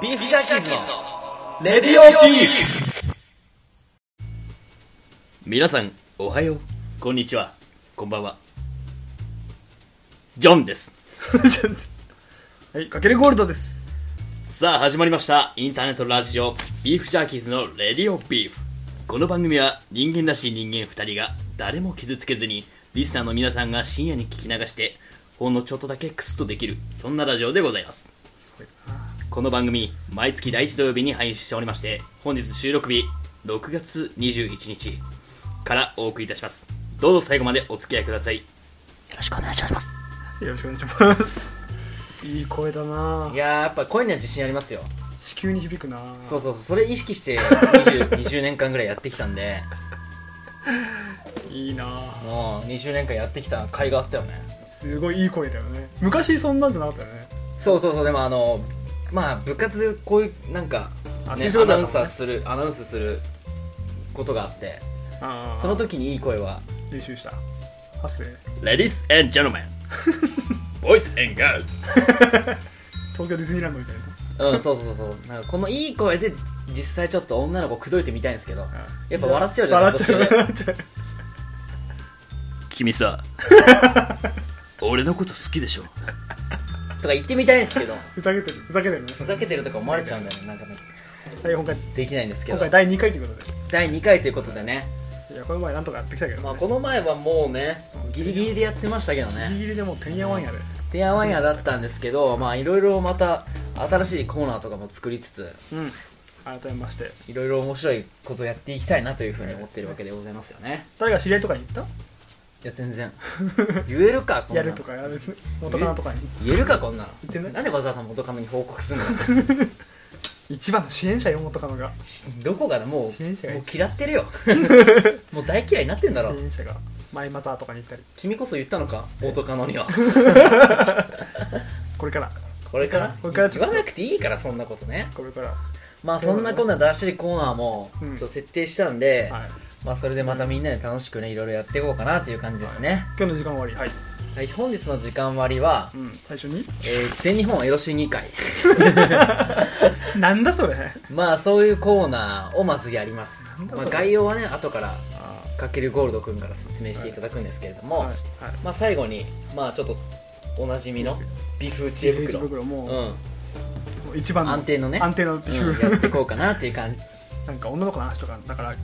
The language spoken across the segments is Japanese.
ビーフジャーキーズのレディオビーフ皆さんおはようこんにちはこんばんはジョンですはい、かけるゴールドです。さあ始まりましたインターネットラジオビーフジャーキーズのレディオビーフこの番組は人間らしい人間2人が誰も傷つけずにリスナーの皆さんが深夜に聞き流してほんのちょっとだけクスッとできるそんなラジオでございますこの番組毎月第1土曜日に配信しておりまして本日収録日6月21日からお送りいたしますどうぞ最後までお付き合いくださいよろしくお願いしますよろしくお願いします。いい声だないやーやっぱ声には自信ありますよ子宮に響くなそうそうそうそれ意識して 20, 20年間ぐらいやってきたんでいいなもう20年間やってきた甲斐があったよねすごいいい声だよね。昔そんなんじゃなかったよね。そうそうそうでもあのまあ部活でこういうなんか、ねあ吹ア奏楽だナもんねウンサーするアナウンスすることがあってあその時にいい声は練習した。発生。 Ladies and gentlemen, boys and girls. 東京ディズニーランドみたいな。うんそうそうそうそうなんかこのいい声で実際ちょっと女の子口説いてみたいんですけどやっぱ笑っちゃうじゃん笑っちゃう途中で笑っちゃう。君さ、 俺のこと好きでしょ。とか言ってみたいんですけどふざけてるふざけてるね。ふざけてるとか思われちゃうんだよねなんかねはい今回できないんですけ今ど回第2回ということ第2回ということでねで。いやこの前なんとかやってきたけど、ね。まあこの前はもうねギリギリでやってましたけどギねリギリでもうてんやわんやで。てやわんやだったんですけどまあいろいろまた新しいコーナーとかも作りつつうん。改めましていろいろ面白いことをやっていきたいなというふうに思ってるわけでございますよね誰か知り合いとかに行っいや全 然言えるかこたんなやのるとかやる元カノとかに言えるかこんなの言ってないんでわざわざ元カノに報告すん の一番の支援者よ元カノがしどこがなもうもう支援者が一嫌ってる よもう大嫌いになってんだろ支援者がマイマザーとかに行ったり君こそ言ったのか元カノ にはこれからこれからこれからち言ょっわとなくていいからそんなことねこれからまあそんなこんな新しいコーナーもちうょんっと設定したんで、はいまあそれでまたみんなで楽しくねいろいろやっていこうかなという感じですね、今日の時間終わりはい、はい、本日の時間割は、うん、最初にえー全日本エロ審議会なんだそれまあそういうコーナーをまずやりますなん、だまあ、それ概要はね後からあかけるゴールドくんから説明していただくんですけれども、はいはいまあ最後にまあちょっとおなじみのビフ知恵一袋袋もう,、うんもう一番の安定のね安定のビうん、ーフ、やっていこうかなっていう感じなんか女の子の話とかだから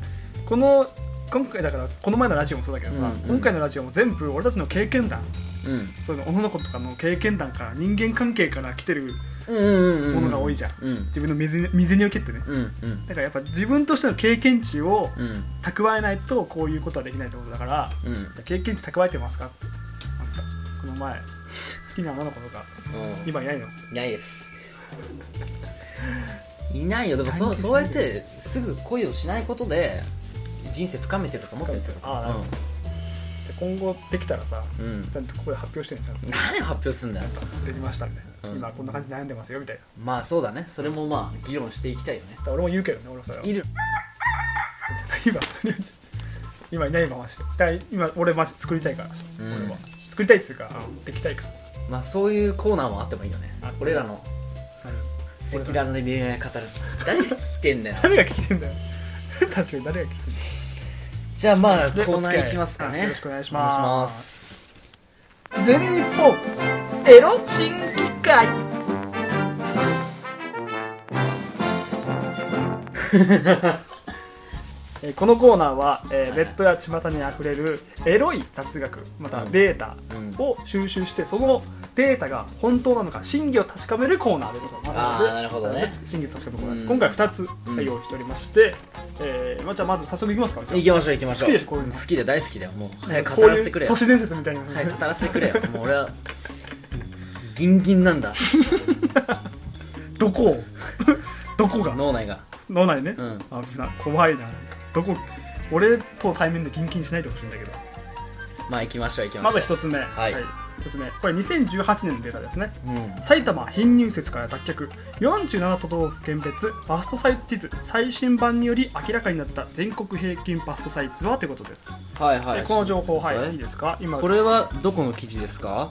この今回だからこの前のラジオもそうだけどさ、うんうん今回のラジオも全部俺たちの経験談うんそういうの女の子とかの経験談から人間関係から来てるうんうんうんうんものが多いじゃん、うん自分の水に水に受けってねうんうんだからやっぱ自分としての経験値をうん蓄えないとこういうことはできないってことだから、うんうんじゃあ経験値蓄えてますかってあんたこの前好きな女の子とか今いないのいないですいないよでもそう関係しそうないやってすぐ恋をしないことで人生深めてると思ってるんですよああなるほで今後できたらさ、うん、うんちゃんとここで発表してみたいな何発表すんだよできましたみたいうんな、今こんな感じで悩んでますよみたいなだまあそうだねそれもまあ議論していきたいよねから俺も言うけどね俺もそれはいる今 今いないまましてだから今俺マジ作りたいから、ん俺は作りたいっつうか、うんできたいからまあそういうコーナーもあってもいいよねあ俺らのなる赤裸々に恋愛語る誰が聞いてんだよ 誰が聞いてんだよ 確かに誰が聞いてんだよじゃあまあそれコーナーいきますかお付き合いねよろしくお願いしお願いますします全日本エロ審議会 えーこのコーナーは、えーネットや巷にあふれるエロい雑学またはデータを収集してそのデータが本当なのか真偽を確かめるコーナーでございますあーなるほどね真偽を確かめるコーナーでうんす今回2つ用意しておりまして、えーまあじゃあまず早速いきますか行きましょう行きましょう好きでしょこういうの好きで大好きだよもう早くこ語うらせいてくれうよ都市伝説みたいな、はい、語らせてくれよ。もう俺は、ギンギンなんだ、どこを どこが脳内が。脳内ね、うん危な怖いななんかどこ俺と対面でキンキンしないでほしいんだけどまあ行きましょう、行きまましょずう。一つ目はい一つ目これ2018年のデータですねうん。埼玉貧乳説から脱却47都道府県別バストサイズ地図最新版により明らかになった全国平均バストサイズはということです、はいはい。でこの情報はいいいい。ですか今これはどこの記事ですか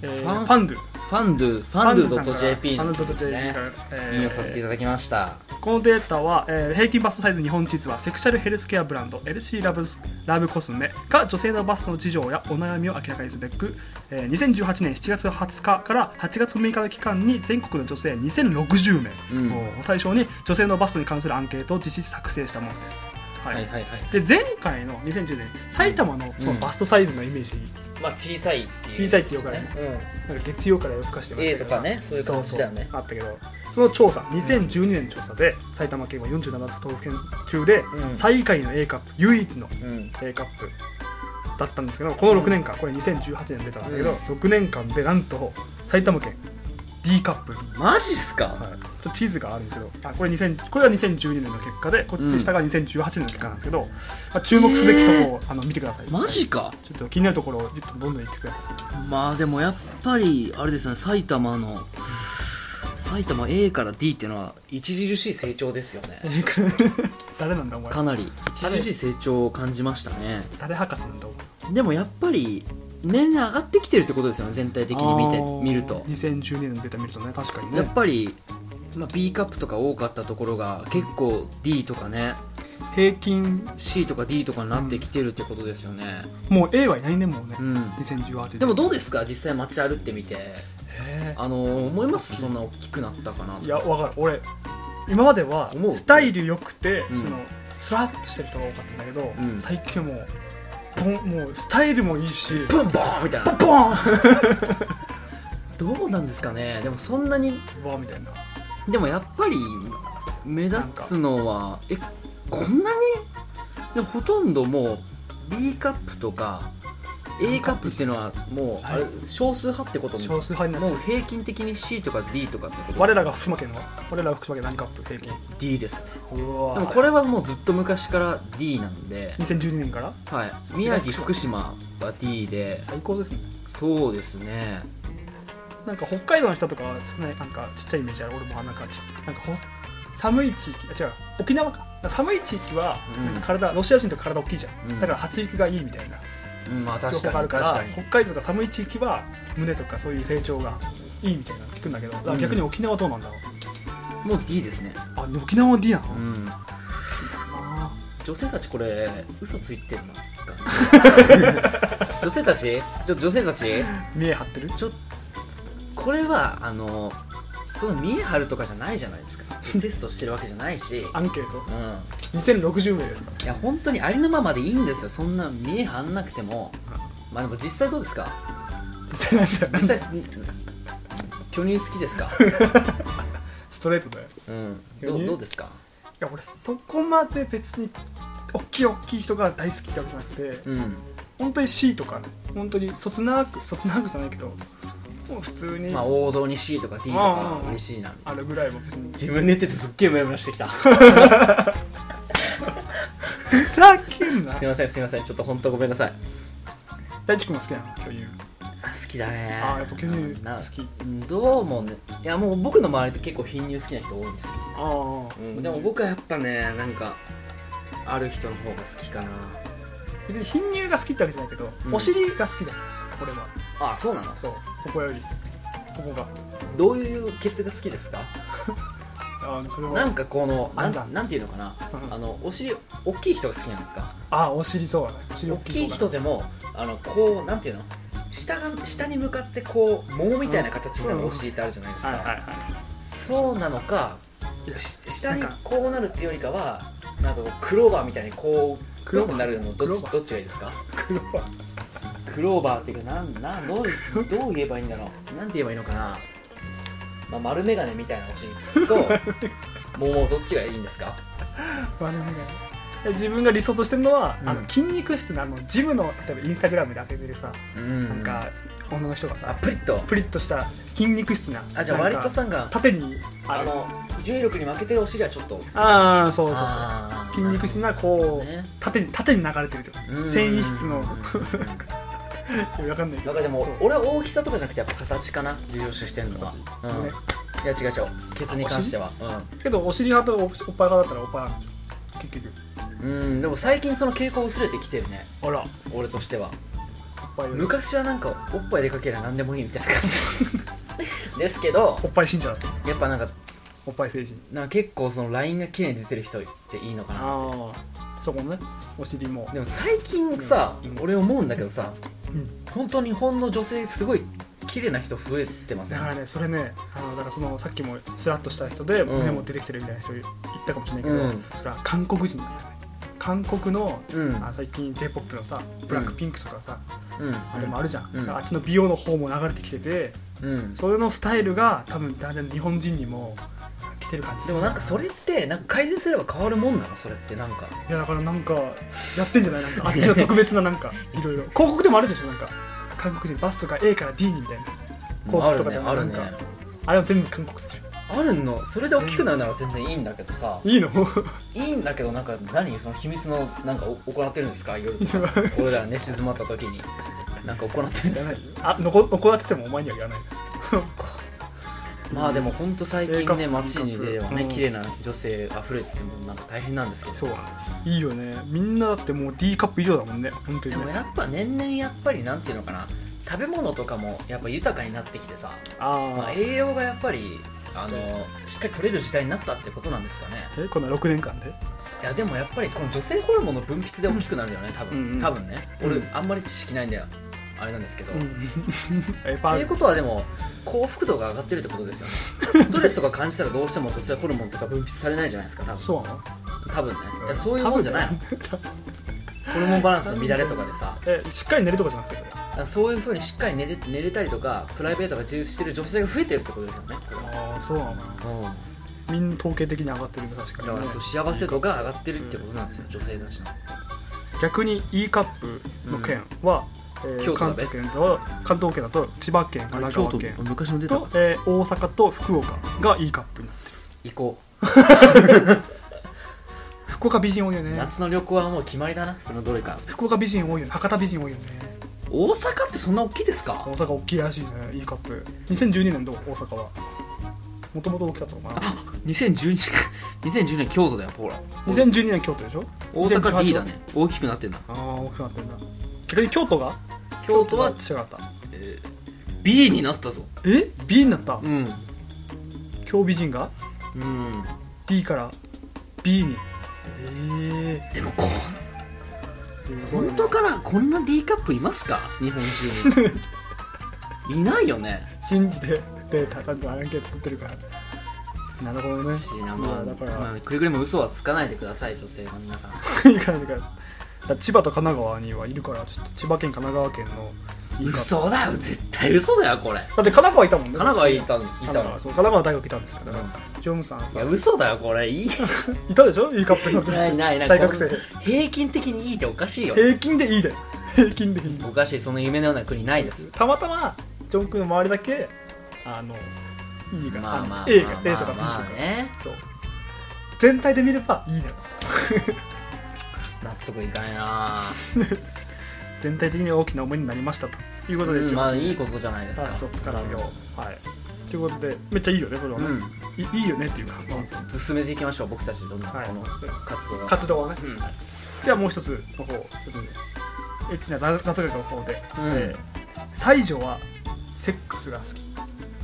えーファンファンドゥフファンドゥファンドゥ .jp ファのンド記事ですゥ .jp ねから、えー引用させていただきましたこのデータは、えー平均バストサイズ日本地図はセクシャルヘルスケアブランド LC ラブスラブコスメが女性のバストの事情やお悩みを明らかにすべく、えー2018年7月20日から8月6日の期間に全国の女性2060名を対象に女性のバストに関するアンケートを実施作成したものですと。はいはいはいはいで前回の2010年埼玉のそのバストサイズのイメージ、まあ小さいっていう小さいっていうからねね、うん、なんか月曜から夜更かしてま A したとけどさかねそういう感じだよねあったけどその調査2012年の調査で、埼玉県は47都道府県中で、うん最下位の A カップ唯一のうん A カップだったんですけどこの6年間、これ2018年出たんだけど、うん6年間でなんと埼玉県 D カップ、マジっすか、はい、ちょっと地図があるんですけどあこれ2000これは2012年の結果でこっち下が2018年の結果なんですけど、まあ、注目すべきところを、あの見てくださいマジかちょっと気になるところをちょっとどんどん言ってくださいまあでもやっぱりあれですよね埼玉の埼玉 A から D っていうのは著しい成長ですよね 誰なんだお前かなり著しい成長を感じましたね誰博士なんだお前でもやっぱり年齢上がってきてるってことですよね全体的に見てあー見ると2012年のデータ見るとね確かにやねっぱり、まあ、B カップとか多かったところが結構 D とかね平均 C とか D とかになってきてるってことですよねもう A はいないねもうね、うん、 2018年でもどうですか実際街歩ってみてへあのー思いますそんな大きくなったかなーいやわかる俺今までは思うスタイル良くて、うんそのスラッとしてる人が多かったんだけど、うん最近はもうポンもうスタイルもいいしブンボーンみたいポなンポンうどうなんですかねでもそんなにわみたいなでもやっぱり目立つのはえこんなにでもほとんどもう B カップとか A カップっていうのはもうあれは少数派ってことに少数派になっもちゃうう平均的に C とか D とかってこと我ですらが福島県の我らが福島県何カップ平均 D ですねうでもわでもこれはもうずっと昔から D なんで、 2012年からはい、宮城福島は D で最高ですねそうですねなんか北海道の人とかは少ないなんかちっちゃいイメージある俺もなんかちなんかほん寒い地域あ違う沖縄か寒い地域はうんなんか体、ロシア人とか体大きいじゃん、うんだから発育がいいみたいなうんまあ確情報がかあにるから確かに北海道とか寒い地域は胸とかそういう成長がいいみたいなの聞くんだけど、だから逆に沖縄はどうなんだろうもう D ですねあ沖縄は D なの、うんあ女性たちこれ嘘ついてますか 女性たちちょ女性たちー見え張ってるちょこれはあのその見え張るとかじゃないじゃないですかテストしてるわけじゃないしアンケートうん2060名ですかいや本当にありのままでいいんですよそんな見え張んなくてもまあでも実際どうですか実際なんだよ実 際巨乳好きです かストレートだようん巨ど乳どうですかいや俺そこまで別に大きい大きい人が大好きってわけじゃなくて、うん本当に C とかね本当にそつなくそつなくじゃないけどもう普通にまああ王道に C とか D とか嬉しいなるぐらいは別に自分で言っててすっげえムラムラしてき たすふざけ んないませんすいませんちょっと本当ごめんなさい大地君も好きなの巨乳あ好きだねああやっぱ巨う乳んな好きうんどうもねいやもう僕の周りって結構貧乳好きな人多いんですああけど、でも僕はやっぱねなんかある人の方が好きかな別に貧乳が好きってわけじゃないけど、うんお尻が好きだ俺はあそうなのそうここよりここがどういうケツが好きですかああそれなはんかこのな暗算んなんていうのかなうんあのお尻大きい人が好きなんですかああお尻そうだねお尻大大ききいい方人がでもあのこうなんていうの下が下に向かってこう棒みたいな形になるお尻ってあるじゃないですか、はいはいはそうなのかいいやし下になんかこうなるっていうよりかはなんかこうクローバーみたいにこうクローバーこうなるのクどロっーちバーどっちがいいですか黒はクローバーっていうかなんなんどうどう言えばいいんだろうなんて言えばいいのかな、まあ、丸眼鏡みたいな欲しい ともうどっちがいいんですか割れ目がねえ自分が理想としてるのは、うんあの筋肉質のあのジムの例えばインスタグラムで開けてるさ、うんなんか女の人がさあプリッとプリッとした筋肉質なあじゃあなん割かとさんが縦にああるの重力に負けてるお尻はちょっとああそうそうそうあー筋肉質なこう、なるほどね縦に縦に流れてるとかうん繊維質の うんわかんないけなどんかでもそう俺は大きさとかじゃなくてやっぱ形かな重要視してるのは、うんねいや違う違うケツに関してはけどお尻派とおおっぱい派だったらおっぱい派結局うん、うん、でも最近その傾向薄れてきてるねあらおっ俺としてはぱいより 昔はなんかおっぱいでかけりゃ何でもいいみたいな感ですけどおっぱい信者だやっぱなんかおっぱい成人なんか結構そのラインが綺麗に出てる人っていいのかなああそこのねお尻もでも最近さ、俺思うんだけどさ、本当日本の女性すごい綺麗な人増えてませだんからねそれねあのだからそのさっきもスラッとした人でうん胸も出てきてるみたいな人言ったかもしれないけど、うんそれは韓国人なんだよね韓国の、うんあ最近 j p o p のさブラックピンクとかさ、うんあれもあるじゃん、うんあっちの美容の方も流れてきててうんそれのスタイルが多分だんだん日本人にも来てる感じすでるもなんかそれってなんか改善すれば変わるもんなのそれってなんかいやだからなんかやってんじゃない なんかあっちの特別ななんかいろいろ広告でもあるでしょなんか韓国人バスとか A から D にみたいな広告とかでもあなるんねかああるねれも全部韓国でしあるのそれで大きくなるなら全然いいんだけどさょいいの いいんだけどなんか何その秘密のなんかお行ってるんですか夜と か俺ら寝静まった時になんか行ってるんですかあ残残っててもお前には言わないまあでも本当最鋭近角ね街に出ればうねん綺麗な女性溢れててもなんか大変なんですけどそういいよねみんなだってもう D カップ以上だもんね本で当にもねやっぱ年々やっぱりなんていうのかな食べ物とかもやっぱ豊かになってきてさ、まああ、あ栄養がやっぱりあのしっかり取れる時代になったってことなんですかねえこの6年間でいやでもやっぱりこの女性ホルモンの分泌で大きくなるんだよね多分、うんうん多分ねうん俺あんまり知識ないんだよあれなんですけど、 うんっえフていうァことはでも幸福度が上がってるってことですよ ねストレスとか感じたらどうしても女性ホルモンとか分泌されないじゃないですか多分そうなの多分ねいやそういうもんじゃないのホルモンバランスの乱れとかでさ えしっかり寝るとかじゃなくてそれだからそういうふうにしっかり寝れ寝れたりとかプライベートが充実してる女性が増えてるってことですよねこれはああそうなのみんな統計的に上がってるんだ確だかかにらねそう幸せ度が上がってるってことなんですよ女性たちの逆に E カップの県は、えー京都関だべ東県と関東圏だと千葉県神奈川県昔の出と、えー大阪と福岡が E カップになってる行こ福岡美人多いようね夏の旅行はもう決まりだなそのどれか福岡美人多いよね博多美人多いよね大阪ってそんな大きいですか大阪大きいらしいね E カップ2012年どう大阪はもともと大きかったのかな2012年 2012年京都だよほら2012年京都でしょ大阪 D だねね大きくなってんだああ大きくなってんだ逆に京都が京都は違った B になったぞえ B になったうん京美人がうん D から B にええでもこー、すごいね本当かなこんな D カップいますか日本中 にいないよね信じてデータちゃんとアンケート取ってるからなるほどねいやままああ、だから、まあ、くれぐれも嘘はつかないでください女性の皆 さん いいからだからだから千葉と神奈川にはいるからちょっと千葉県神奈川県のいいか嘘だよ絶対嘘だよこれだって神奈川いたもんね神奈川いたのい神た奈の川そう神奈川大学いたんですからだから、ジョムさんいさや嘘だよこれいいいたでしょいいカップルの ないない ない大学生この平均的にいいっておかしいよ平均でいいだよ平均でいいおかしいその夢のような国ないですたまたまジョン君の周りだけあのいいが、まあまあまあまあの A が A とか B とか、まあねそう全体で見ればいいのよ納得いかない な全体的に大きな思いになりましたということで、うん18まあいいことじゃないでフすァーストかップからよはいということでめっちゃいいよねこれはね、うんいいいよねっていうか、まあ進めていきましょう僕たちどんなはいこの活動は活動はね、うんはいではもう一つの方ちょっとねエッチな雑学の方で、うんえー西女はセックスが好き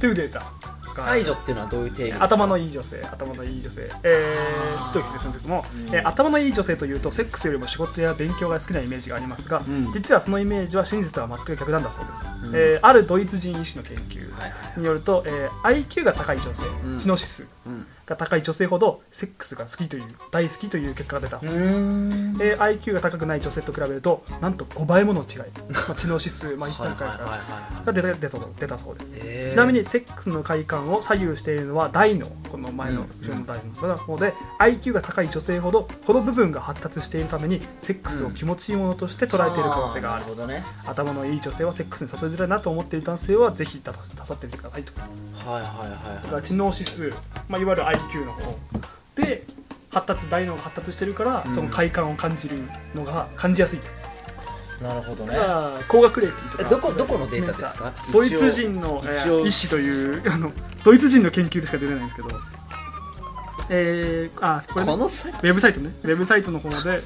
というデータが西女っていうのはどういう定義ですか頭のいい女性頭のいい女性えー、ちょっと聞いてるんですけども、えー頭のいい女性というとセックスよりも仕事や勉強が好きなイメージがありますが、ん実はそのイメージは真実とは全く逆なんだそうです、んえーあるドイツ人医師の研究はいはいによると、えー IQ が高い女性、ん知能指数うんが高い女性ほどセックスが好きという大好きという結果が出た、うーんえー IQ が高くない女性と比べるとなんと5倍もの違い、まあ、知能指数、まあ、1はいは段いはい階からはが出た出た出たそうです、へーちなみにセックスの快感を左右しているのは大脳この前のうん後ろの大脳の方で、IQ が高い女性ほどこの部分が発達しているためにセックスを気持ちいいものとして捉えている可能性があるなるほどね頭のいい女性はセックスに誘いづらいなと思っている男性はぜひたたさってみてくださいとだはいはいはいはいから知能指数、まあ、いわゆる IQ の方で発達大脳が発達してるから、その快感を感じるのが感じやすいとなるほどねあー高学歴とえかどこどこのデータですかさドイツ人の、え一ー応医師というあのドイツ人の研究でしか出てないんですけどえー、あこれね、この際 ウェブサイトねウェブサイトの方でウェ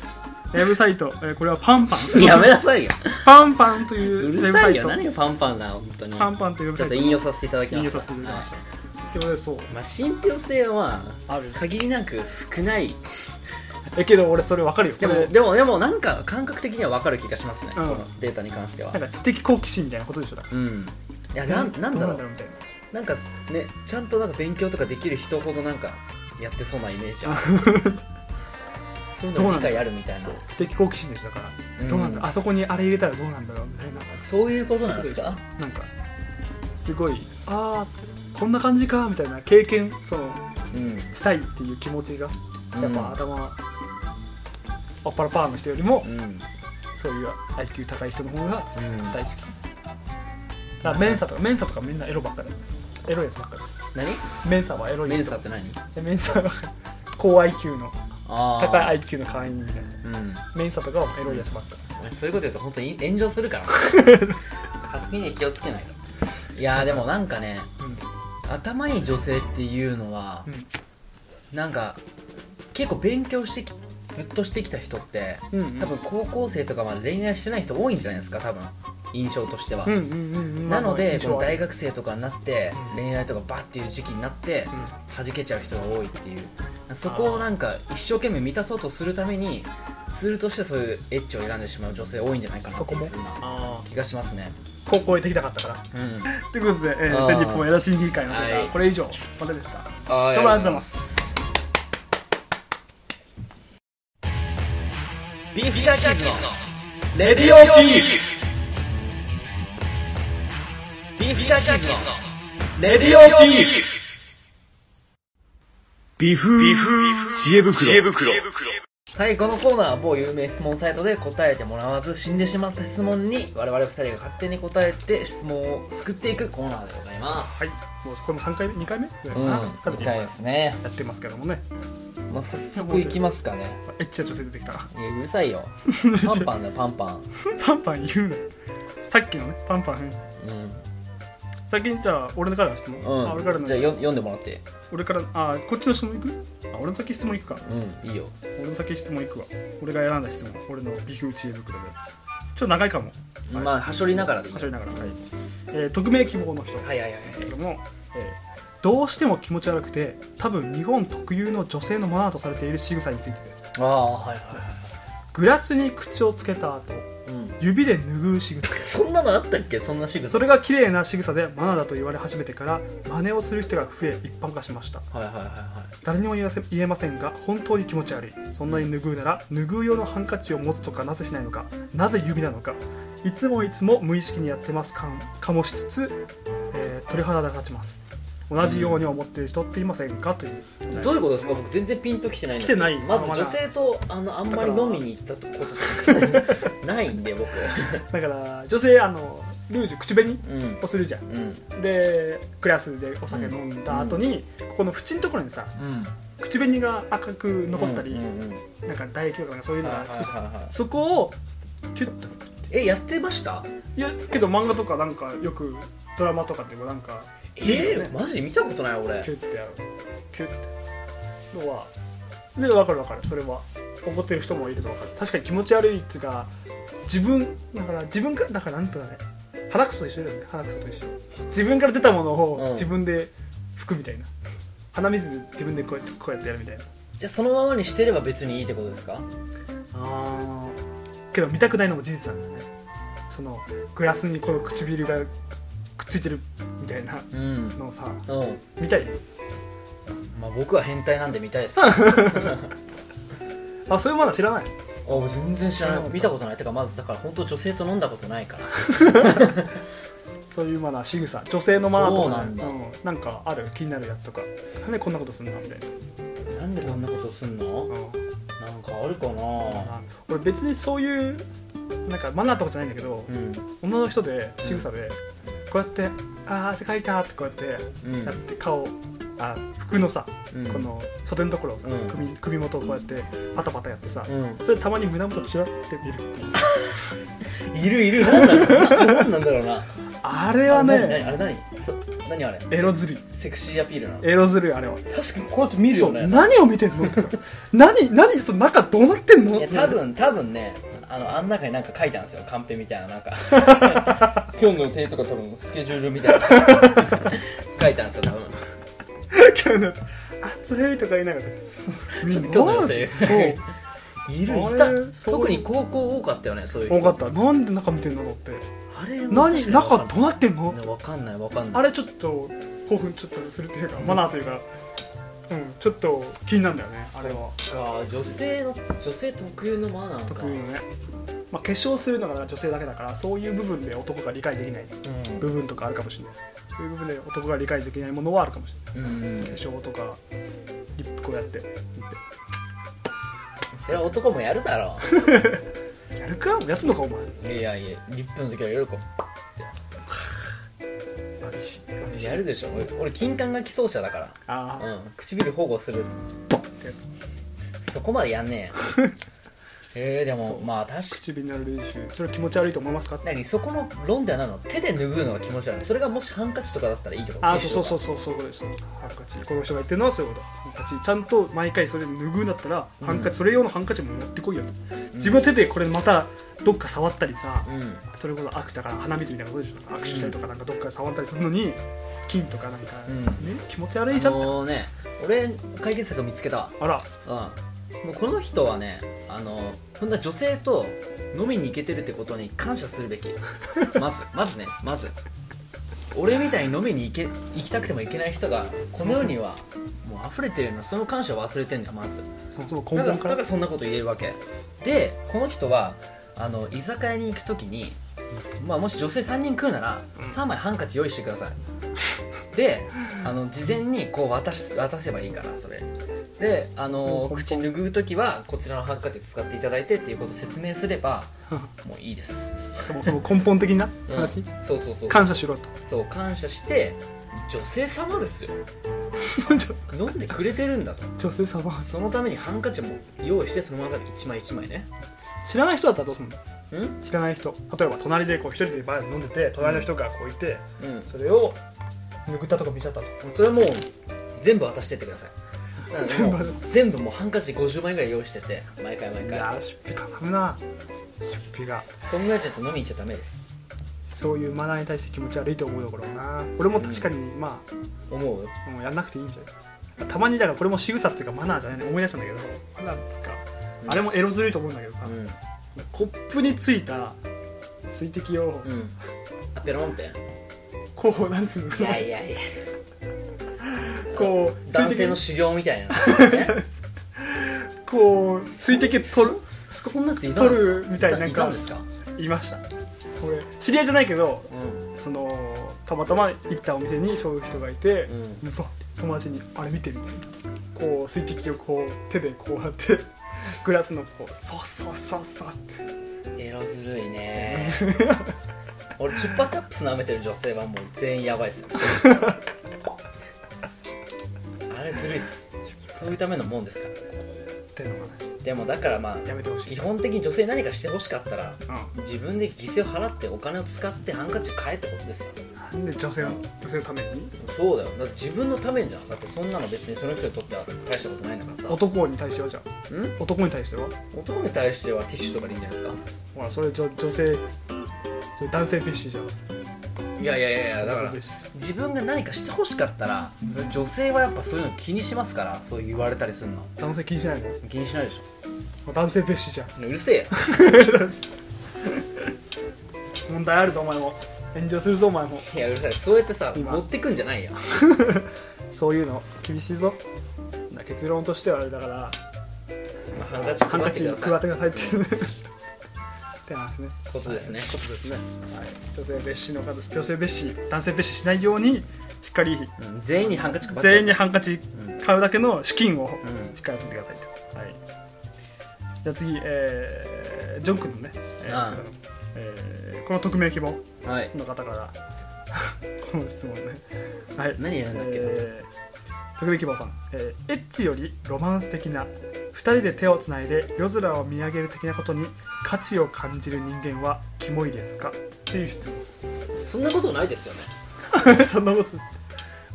ブサイト、えーこれはパンパン。やめなさいよパンパンといううウるェブさサいイよト。何がパンパンだ本当にパンパンというウェブちょサっイとト。引用させていただきました引用させていただきました。ってことで、そう。まあ、信憑性はある限りなく少ないえ、けど俺それわかるよ。でこもれでもでもなんか感覚的には分かる気がしますね、うんこのデータに関してはなんか知的好奇心みたいなことでしょ、だかうんいやら。なんなんだろうどうなんだろうみたいなな。んかねちゃんとなんか勉強とかできる人ほどなんかやってそうなイメージあるそういうどうのなん理だろう解あるみたいなそう知的好奇心でしょだから、うんどうなんだあそこにあれ入れたらどうなんだろうみたいなそういうことなんですかなんかすごいああこんな感じかみたいな経験そのうんしたいっていう気持ちがうんやっぱ頭、おっぱらパーの人よりもうんうんそういう IQ 高い人の方が大好きだからメンサとかメンサとかみんなエロばっかだよエロいやつばっかだよ何メンサはエロいメやンつサって何えメンサは 高 IQ のあー高い IQ の会員みたいなうんメンサとかはエロいやつばっかそういうこと言うと本当に炎上するから 発言に気をつけないといやーでもなんかねうん頭いい女性っていうのはなんか結構勉強してきずっとしてきた人ってうんうん多分高校生とかまで恋愛してない人多いんじゃないですか多分印象としては、うんうんうんうんなので印こ象のはあ大る学生とかになって恋愛とかバッっていう時期になってん弾けちゃう人が多いっていうそこをなんか一生懸命満たそうとするためにツールとしてそういうエッチを選んでしまう女性多いんじゃないかなそってこいうもふうな気がしますね高校へできたかったからうんということで、えあー、ー全日本江田審議会の会はがいこれ以上またでしたあどうもありがとうございますレディオビーフビーフジャーキーズのレディオビーフビフビフ知恵袋。知恵袋。はい、このコーナーは某有名質問サイトで答えてもらわず死んでしまった質問に我々二人が勝手に答えて質問を救っていくコーナーでございます。はいもうこれも3回目2回目ぐらいかうん、な、食べ2て回ですね。やってますけどもねまあ、早速いきますかね。エッチな女性出てきたいやうるさ いよ。パンパンだよ、パンパン。パンパン言うなよさっきのねパンパン先にじゃあ俺からの質問、うん。うあ俺ん。からのじゃあよ読んでもらって。俺からあこっちの質問いくあ俺の先質問いくかうん、いいよ。俺の先質問いくわ俺が選んだ質問俺のビフ知恵袋のやつちょっと長いかもまあ、はしょりながらでいいよ走。りながら、えー匿名希望の人、はいはいはい。ですけども、えーどうしても気持ち悪くて多分日本特有の女性のマナーとされている仕草についてですああ、はいはグラスに口をつけた後い。うん。指で拭う仕草そんなのあったっけそんな仕草。それが綺麗な仕草でマナーだと言われ始めてから真似をする人が増え一般化しましたはいはいはいはい。誰にも言わせ言えませんが本当に気持ち悪いそんなに拭うなら拭う用のハンカチを持つとかなぜしないのかなぜ指なのかいつもいつも無意識にやってます感かもしつつ、えー鳥肌が立ちます同じように思っている人っていませんかというどういうことですか僕全然ピンときてないんです来てないまず女性とあのあんまり飲みに行ったこととか ないんで僕だから女性あのルージュ口紅うんをするじゃん、うんでクラスでお酒飲んだ後に、ここの縁のところにさうん口紅が赤く残ったり、うんうんうんなんか唾液とかなんかそういうのがつくじゃん、はいはいはいはいそこをキュッとえやってましたいやけど漫画とかなんかよくドラマとかでもなんかえーマジ見たことない俺キュッてやるキュッてのはで分かる分かるそれは思ってる人もいるの分かる確かに気持ち悪いっつうか自分だから自分からだからなんとだね鼻くそと一緒だよね鼻くそと一緒自分から出たものをうん自分で拭くみたいな、鼻水自分でこうやってこうやってやるみたいなじゃあそのままにしてれば別にいいってことですかあけど見たくないのも事実なんだよねそのグラスにこの唇がくっついてるみたいなうんのをさうん見たいまあ僕は変態なんで見たいですああそういうものは知らない 全然知らない見たことないてかまずだから本当女性と飲んだことないからそういうマナー仕草女性のマナーとかそうなんだなんかある気になるやつとかなんでこんなことすんなみたいな、なんでこんなことすんのなんかあるかなあ俺別にそういうなんかマナーとかじゃないんだけど、うん女の人で仕草でこうやって「ああ汗かいた」ってこうやってうんやって顔あ服のさ、うんこの袖のところをさ、うん首首元をこうやってパタパタやってさ、うんそれたまに胸元チラって見るっていういるいるなんだろうななんなんだろうなあれはあれね何あれ何何あれエロずるいセクシーアピールなのエロずるいあれは確かにこうやって見るそようね何を 見てんの何何その中どうなってんのいや多 分多分ねあのあん中になんか書いたんですよカンペみたいななん か今日の予定とか多分スケジュールみた いな書いたんですよ多分今日の暑いとか言いな がらちょっと今日の予定そういるあれいたそう特に高校多かったよねそういう人多かったなんで中見てんのだってあれ何中どうななってんのわかんないわかんないあれちょっと興奮ちょっとするっていうかマナーというかうんちょっと気になるんだよねあれはか女性の女性特有のマナーか特有のねまあ化粧するのが女性だけだからそういう部分で男が理解できない部分とかあるかもしれないそういう部分で男が理解できないものはあるかもしれうん、うんない化粧とかリップこうやってそれは男もやるだろやるかやつのかお前う いやいやリップの時はやるかまぶしいまぶしいやるでしょ俺俺金管楽器奏者だかあら、うん、唇保護するーそこまでやんね ええー、でもまあ確か唇の練習それ気持ち悪いと思いますかってにそこの論では何なの手で拭うのが気持ち悪いそれがもしハンカチとかだったらいいってことあそうそうそううそうそういうことですハンカチこの人が言ってるのはそういうことハンカチちゃんと毎回それで脱ぐんだったら、ハンカチそれ用のハンカチも持ってこいよと、自分の手でこれまたどっか触ったりさ、うんそれこそ悪だから鼻水みたいなことでしょ握手したりとかなんかどっか触ったりするのに金とかなんか、んね気持ち悪いじゃん、もうね俺解決策見つけたあらわうんもうこの人はねあのそんな女性と飲みに行けてるってことに感謝するべ きまずまずねまず俺みたいに飲みに行け行きたくても行けない人がこの世にはもう溢れてるのその感謝を忘れてんだよまずそもそも根だからだ本かかららそんなこと言えるわけでこの人はあの居酒屋に行く時に、まあ、もし女性3人来るなら3枚ハンカチ用意してくださいであの事前にこう渡し渡せばいいからそれであその根の本口拭う時はこちらのハンカチ使っていただいてっていうことを説明すればもういいです、 そもそも根本的なうん話、そうそうそう感謝しろと そう感謝して女性様ですよちょ飲んでくれてるんだと女性様そのためにハンカチも用意してその中に1枚1枚ね知らない人だったらどうするのうんうん知らない人例えば隣でこう一人でバーで飲んでて隣の人がこういて、それを拭ったとこ見ちゃったとそれはもう全部渡してってくださいな全部のでもう全部もうハンカチ50枚ぐらい用意してて毎回毎いや回ー出費かさむな出費がそんぐらいじゃと飲みに行っちゃダメですそういうマナーに対して気持ち悪いと思うところだな俺も確かに、ま思うあもうやんなくていいんじゃないたまにだからこれも仕草っていうかマナーじゃないの思い出したんだけどマナーっていうか、あれもエロずるいと思うんだけどさ、うんコップについた水滴をうんあペロンってこうなんつうのいやいやいやこう 水男滴性の修行みたいな、ね、こう水滴取るそんなやついたんですか取るみたいななんかいたんですかいました俺知り合いじゃないけどうんそのたまたま行ったお店にそういう人がいて、うんうわ友達に「あれ見て」みたいなこう水滴をこう手でこうやってグラスのこうそうそうそうそうってエロずるいね 俺チュッパタップス舐めてる女性はもう全員やばいっす よあれずるいっすそういうためのもんですからってのがねでもだからまあやめてほしい基本的に女性に何かしてほしかったら、う自分で犠牲を払ってお金を使ってハンカチを買えってことですよなんで女性の女性のためにそうだよだって自分のためじゃんだってそんなの別にその人にとっては大したことないんだからさ男に対してはじゃんあ男に対しては男に対してはティッシュとかでいいんじゃないですかほらそれ女女性それ男性ペッシーじゃんいやいやいやいやだから男性蔑視自分が何かしてほしかったらそれ女性はやっぱそういうの気にしますからそう言われたりするの男性気にしないの気にしないでし男性ペッシーじゃんょうるせえよ 問題あるぞお前も炎上するぞお前もいやうるさいそうやってさ今持ってくんじゃないよそういうの厳しいぞ結論としてはあれだからまあハンカチハ配ンカってチくだ配っさてくださいっていうって話ねいことですねことですね、はい、女性蔑視の方女性蔑視男性蔑視しないようにしっかりうん全員にハンカチ配ってください全員にハンカチ買うだけの資金をんしっかり集めてくださいと、はい、じゃあ次、えージョン君のね、えーああそれからえーこの匿名希望はいの方から この質問ねはい何選んだっけえー、徳光希望さん、えーエッチよりロマンス的な2人で手をつないで夜空を見上げる的なことに価値を感じる人間はキモいですかっていう質問 そんなことないですよねそんなことど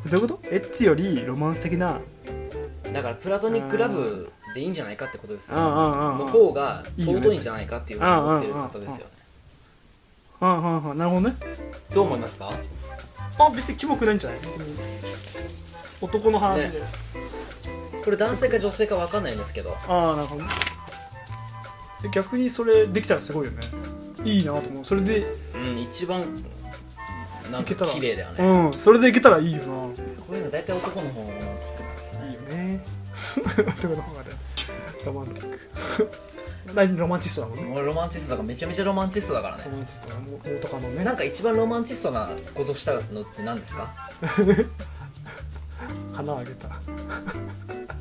ういうことエッチよりロマンス的なだからプラトニックラブでいいんじゃないかってことですようんうんうんうんの方がいいよね尊いんじゃないかっていうふうに思ってる方ですよねうんうんうんなるほどねどう思いますかあ別にキモくないんじゃない別に男の話で、ねこれ男性か女性か分かんないんですけどああなるほどねえ逆にそれできたらすごいよねいいなと思うそれでうん一番なんいけかたら綺麗だよねうんそれでいけたらいいよなこういうの大体男の方のロマンティックなんですねいいよ ね男の方がねロマンテ ィック何ロマンチストだもんね俺ロマンチストだからめちゃめちゃロマンチストだからねロマンチストだもう元カノねなんか一番ロマンチストなことしたのって何ですか花あげた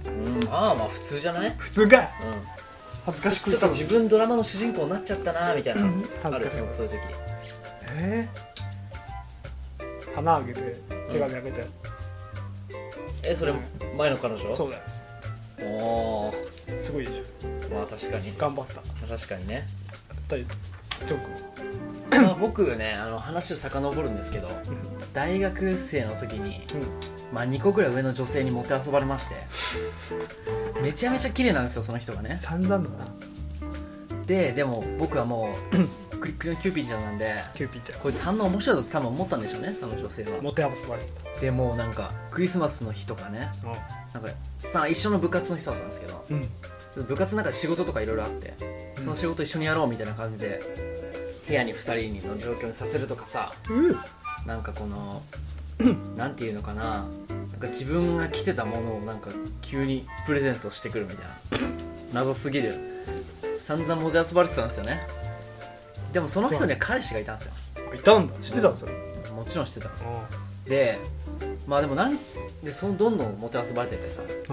うんああまあ普通じゃないうん普通かい恥ずかしくちょてっとた自分ドラマの主人公になっちゃったなみたいなうん恥あずかるしいそうそういう時えー、花あげて手紙あげて、えそれ前の彼女そうだよおおすごいでしょーまあ確かに頑張った確かにね二人ジョークまあ僕ねあの話を遡るんですけど大学生の時に、まあ、2個ぐらい上の女性にモテ遊ばれましてめちゃめちゃ綺麗なんですよその人がね散々だなででも僕はもう クリックリのキューピーちゃんなんでキューピーちゃこいつ反応面白いぞって多分思ったんでしょうねその女性んはモテ遊ばれてたでもうなんかクリスマスの日とかねなんかさ一緒の部活の人だったんですけどうん部活なんか仕事とかいろいろあってその仕事一緒にやろうみたいな感じで部屋に2人の状況にさせるとかさうんなんかこの なんていうのかななんか自分が着てたものをなんか急にプレゼントしてくるみたいな謎すぎる散々もてあそばれてたんですよねでもその人には彼氏がいたんですいたんだ知ってたんそれよもちろん知ってたでまあでもなんでそのどんどんもてあそばれててさう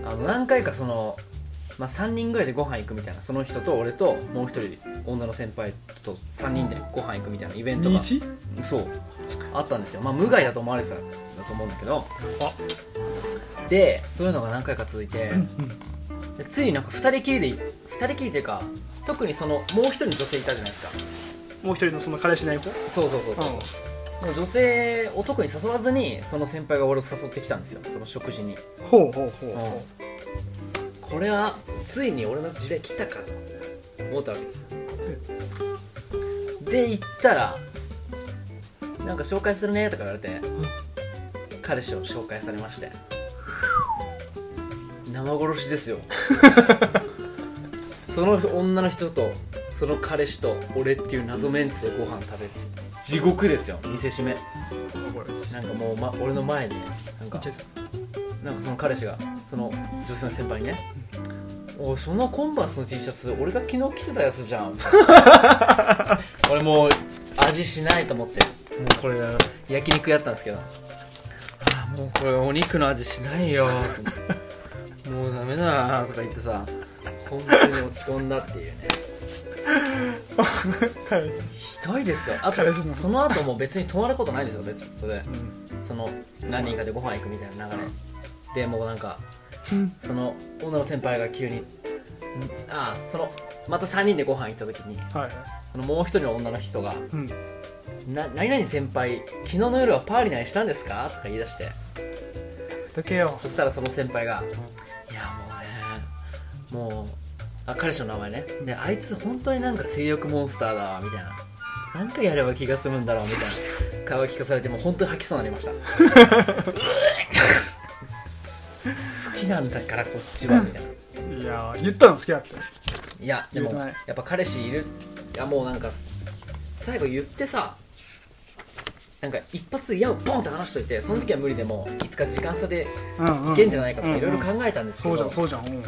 んあの何回かその、まあ、3人ぐらいでご飯行くみたいなその人と俺ともう一人女の先輩と3人でご飯行くみたいなイベントが日そうあったんですよまあ無害だと思われてたんだと思うんだけどあでそういうのが何回か続いて、でついになんか2人きりで2人きりというか特にそのもう一人の女性いたじゃないですかもう一人のその彼氏ない子そうそうそうそう、でも女性を特に誘わずにその先輩が俺を誘ってきたんですよその食事にほうほうほううんこれはついに俺の時代来たかと思ったわけですよで行ったら「なんか紹介するね」とか言われて彼氏を紹介されまして生殺し ですよその女の人とその彼氏と俺っていう謎メンツでご飯食べて地獄ですよ見せしめなんかもう、ま、俺の前でなんかなんかその彼氏がその女性の先輩にね「おいそのコンバースの T シャツ俺が昨日着てたやつじゃん」 俺もう味しないと思ってもうこれ焼肉やったんですけど「ああもうこれお肉の味しないよ」もうダメだ」とか言ってさ本当に落ち込んだっていうね彼ひどいですよあと彼氏のその後も別に泊まることないんですよ別にそれ、その何人かでご飯行くみたいな流れでもうなんかその女の先輩が急にんああそのまた3人でご飯行った時にはいそのもう一人の女の人がうん「な何々先輩昨日の夜はパーリナにしたんですか?」とか言い出してどけよそしたらその先輩が「いやもうねもうあ彼氏の名前ねであいつ本当になんか性欲モンスターだわ」みたいな「何回やれば気が済むんだろう」みたいな会話聞かされてもう本当に吐きそうになりましたうえ好きなんだからこっちはみたいないやー言ったの好きだっていやでも言うてやないっぱ彼氏いるいやもうなんか最後言ってさなんか一発矢をボンって離しといてその時は無理でもいつか時間差でうんいけんじゃないかとうんかうんいろいろ考えたんですけそどうじゃんそうじゃんうん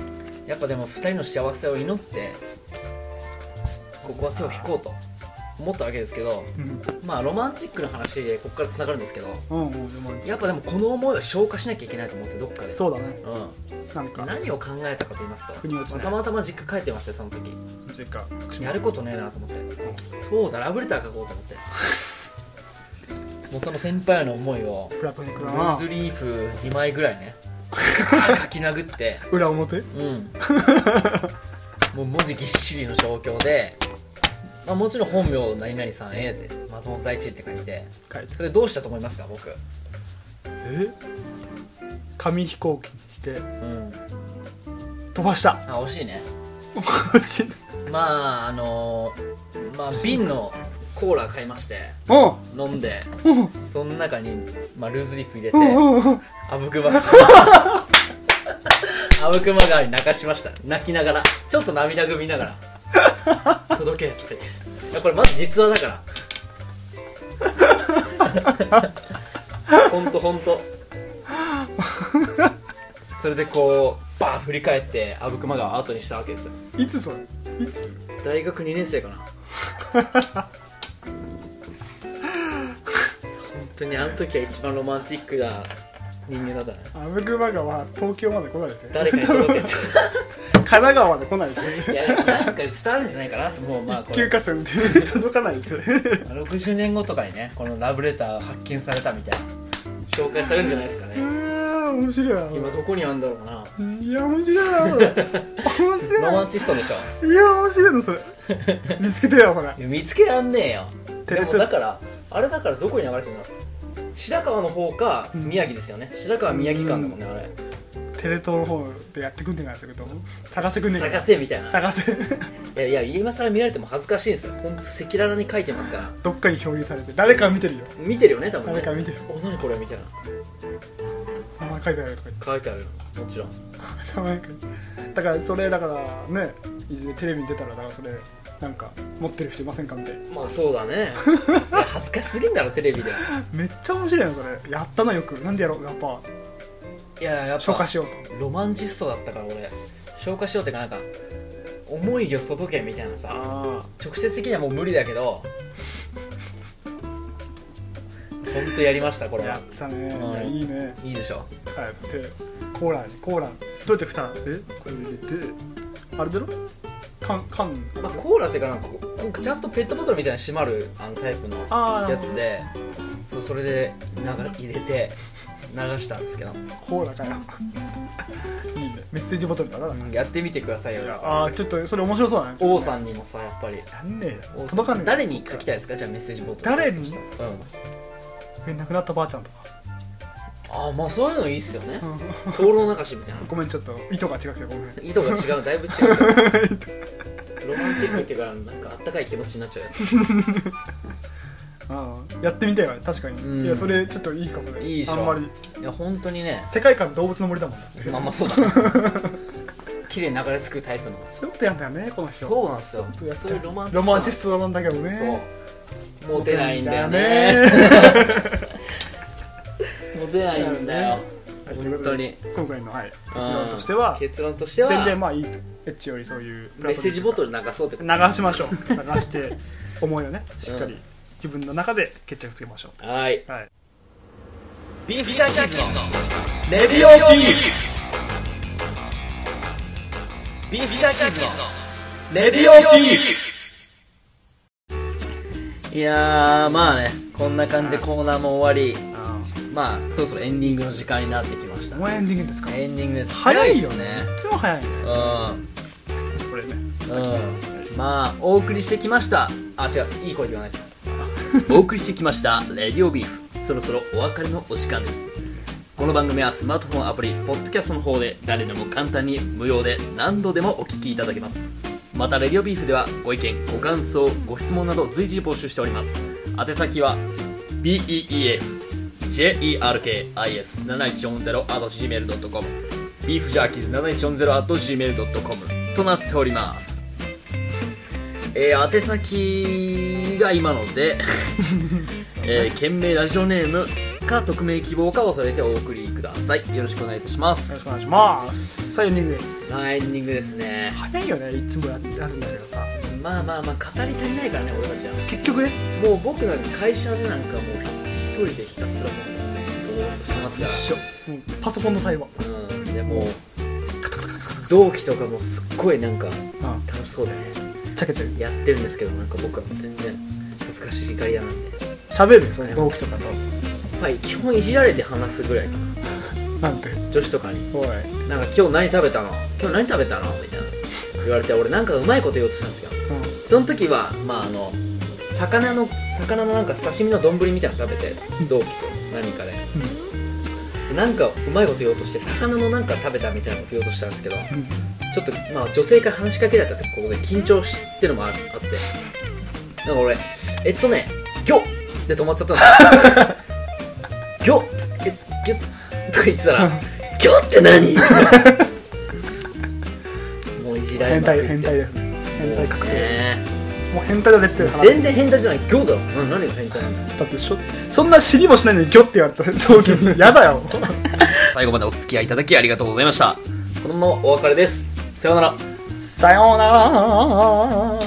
やっぱでも2人の幸せを祈ってここは手を引こうと思ったわけですけどうんまあロマンチックな話でここからつながるんですけどうんうんでもやっぱでもこの思いは消化しなきゃいけないと思ってどっかでそうだねうなんかん、何を考えたかと言います腑に落ちとないたまたま実家帰ってましたよその時ていうか福島やることねえなと思ってそうだラブレター書こうと思ってもうその先輩の思いをプラトニックルだなーズリーフ2枚ぐらいね 書き殴って裏表うんもう文字ぎっしりの状況で、まあ、もちろん本名何々さん A って松本大地って書いて書いてそれどうしたと思いますか僕ええ紙飛行機にしてうん飛ば したあ惜しいねマジでまああのーまあ瓶のコーラ買いましてうん飲んでうんその中に、まあ、ルーズリーフ入れてうんうんうんあぶくまあぶくま川に泣かしました泣きながらちょっと涙ぐみながら届けって言っていやこれまず実話だからほんとほんとそれでこうバーン振り返ってあぶくま川を後にしたわけですよいつそれいつ大学2年生かな本当にあの時は一番ロマンチックな人間だったね阿部熊川東京まで来ないで誰かに届けっ 神奈川まで来ないでていやなんか伝わるんじゃないかなもう まあこ旧れ河川で 届かないですよね60年後とかにねこのラブレターが発見されたみたいな紹介されるんじゃないですかうねーん面白いな今どこにあるんだろうないや面白いなそれ面白いロなマンチストでしょいや面白いなそれ見つけてよほらいや見つけらんねえよテでレも東だからあれだからどこに流れてるんだろう白川の方か宮城ですよね白川宮城間だもんねあれテレ東の方でやってくんねえかなそういうこと探してくんねえか探なせみたいない探せやいや今更見られても恥ずかしいんですよほんと赤裸々に書いてますからどっかに表現されて誰か見てるよ見てるよね多分ね誰か見てるお何これみたいな名前書いてあるとか言って書いてあるのもちろん名前書いてだからそれだからねいずれテレビに出たらだからそれなんか持ってる人いませんかみたいなまあそうだ ねいや恥ずかしすぎんだろテレビでめっちゃ面白いなそれやったなよくなんでやろうやっぱいややっぱ消化しようとロマンチストだったから俺消化しようっていうかなんか思いを届けみたいなさあ直接的にはもう無理だけどほんとやりましたこれやはったねいはやいいいねいいでしょはいでコーラにコーラにどうやって蓋えこれ入れてあれだろ缶缶まあ、コーラっていうかなんかこうこうちゃんとペットボトルみたいな閉まるあのタイプのあーやつでそうそれでなん入れて流したんですけどコーラかよいいねメッセージボトルだなだかやってみてくださいよらあーちょっとそれ面白そうだね王さんにもさやっぱりやんねえ王よさん届かねえよ誰に書きたいですかじゃあメッセージボート誰にうんえ亡くなったばあちゃんとかああまあそういうのいいっすよね灯籠流しみたいなごめんちょっと糸が違くてごめん意図が違うだい ぶ違うロマンチックっていうかなんかあったかい気持ちになっちゃうやつあーやってみたいわ確かに、うんいやそれちょっといいかもねいいでしょあんまりいや本当にね世界観動物の森だもんねまあまあ そうだね綺麗に流れ着くタイプのそういうことやんだよねこの人そうなんですよやっちゃうそういうロマンチロマンチスストなんだけどトねそうモテないんだよねモテないんだよモねテないんだよはいということで今回の、はい、結論としては結論としては全然まあいいとエッチよりそういうプメッラトニックセージボトル流そうってこと流しましょう流して思いをねしっかり自分の中で決着つけましょはーいうはいビーフジャーキーズのレディオビーフビーフジャーキーズのレディオビーフいやーまあねこんな感じでコーナーも終わありまあそろそろエンディングの時間になってきましたーもうエンディングですかエンディングです早いよ早ねっいつも早いねすねこれねうん、うん、まあお送りしてきましたあ違ういい声で言わないとお送りしてきました「レディオビーフ」そろそろお別れのお時間ですこの番組はスマートフォンアプリポッドキャストの方で誰でも簡単に無料で何度でもお聞きいただけますまた「レディオビーフ」ではご意見ご感想ご質問など随時募集しております宛先は beefjerkis7140.gmail.com ビーフジャーキーズ 7140.gmail.com となっておりますえー、宛先が今の でえー、件名ラジオネームか匿名希望かを添えてお送りくださいよろしくお願いいたしまよろしくすお願いしますさあエンディングですまあエンディングですね早いよねいつもやってあるんだけどさまあまあまあ語り足りないからね俺たちは結局ねもう僕なんか会社でなんかもうひ一人でひたすらもうぼーっとしてます一緒もうパソコンの対話からうんでもう同期とかもすっごいなんかう楽しそうでねんちゃけてるやってるんですけどなんか僕はもう全然恥ずかしがり屋なんで喋るその同期とかとまあ基本いじられて話すぐらいかななんて女子とかにおい「なんか今日何食べたの今日何食べたの?」みたいな言われて俺なんかうまいこと言おうとしたんですけどその時はまああの魚の魚のなんか刺身の丼みたいなの食べて同期と何かでうんなんかうまいこと言おうとして魚のなんか食べたみたいなこと言おうとしたんですけど、んちょっと、まあ、女性から話しかけられたってことで緊張してるのもあるあってなんか俺えっとね魚で止まっちゃった んですよ魚え魚とか言ってたら魚って 何もういじられ変まくっ態て変態ですね変態確定、ねもう変態のレッテル貼られて全然変態じゃない魚だよな何が変態なのだってしょそんな知りもしないのにギョって言われた時にやだよ最後までお付き合いいただきありがとうございましたこのままお別れですさようならさようなら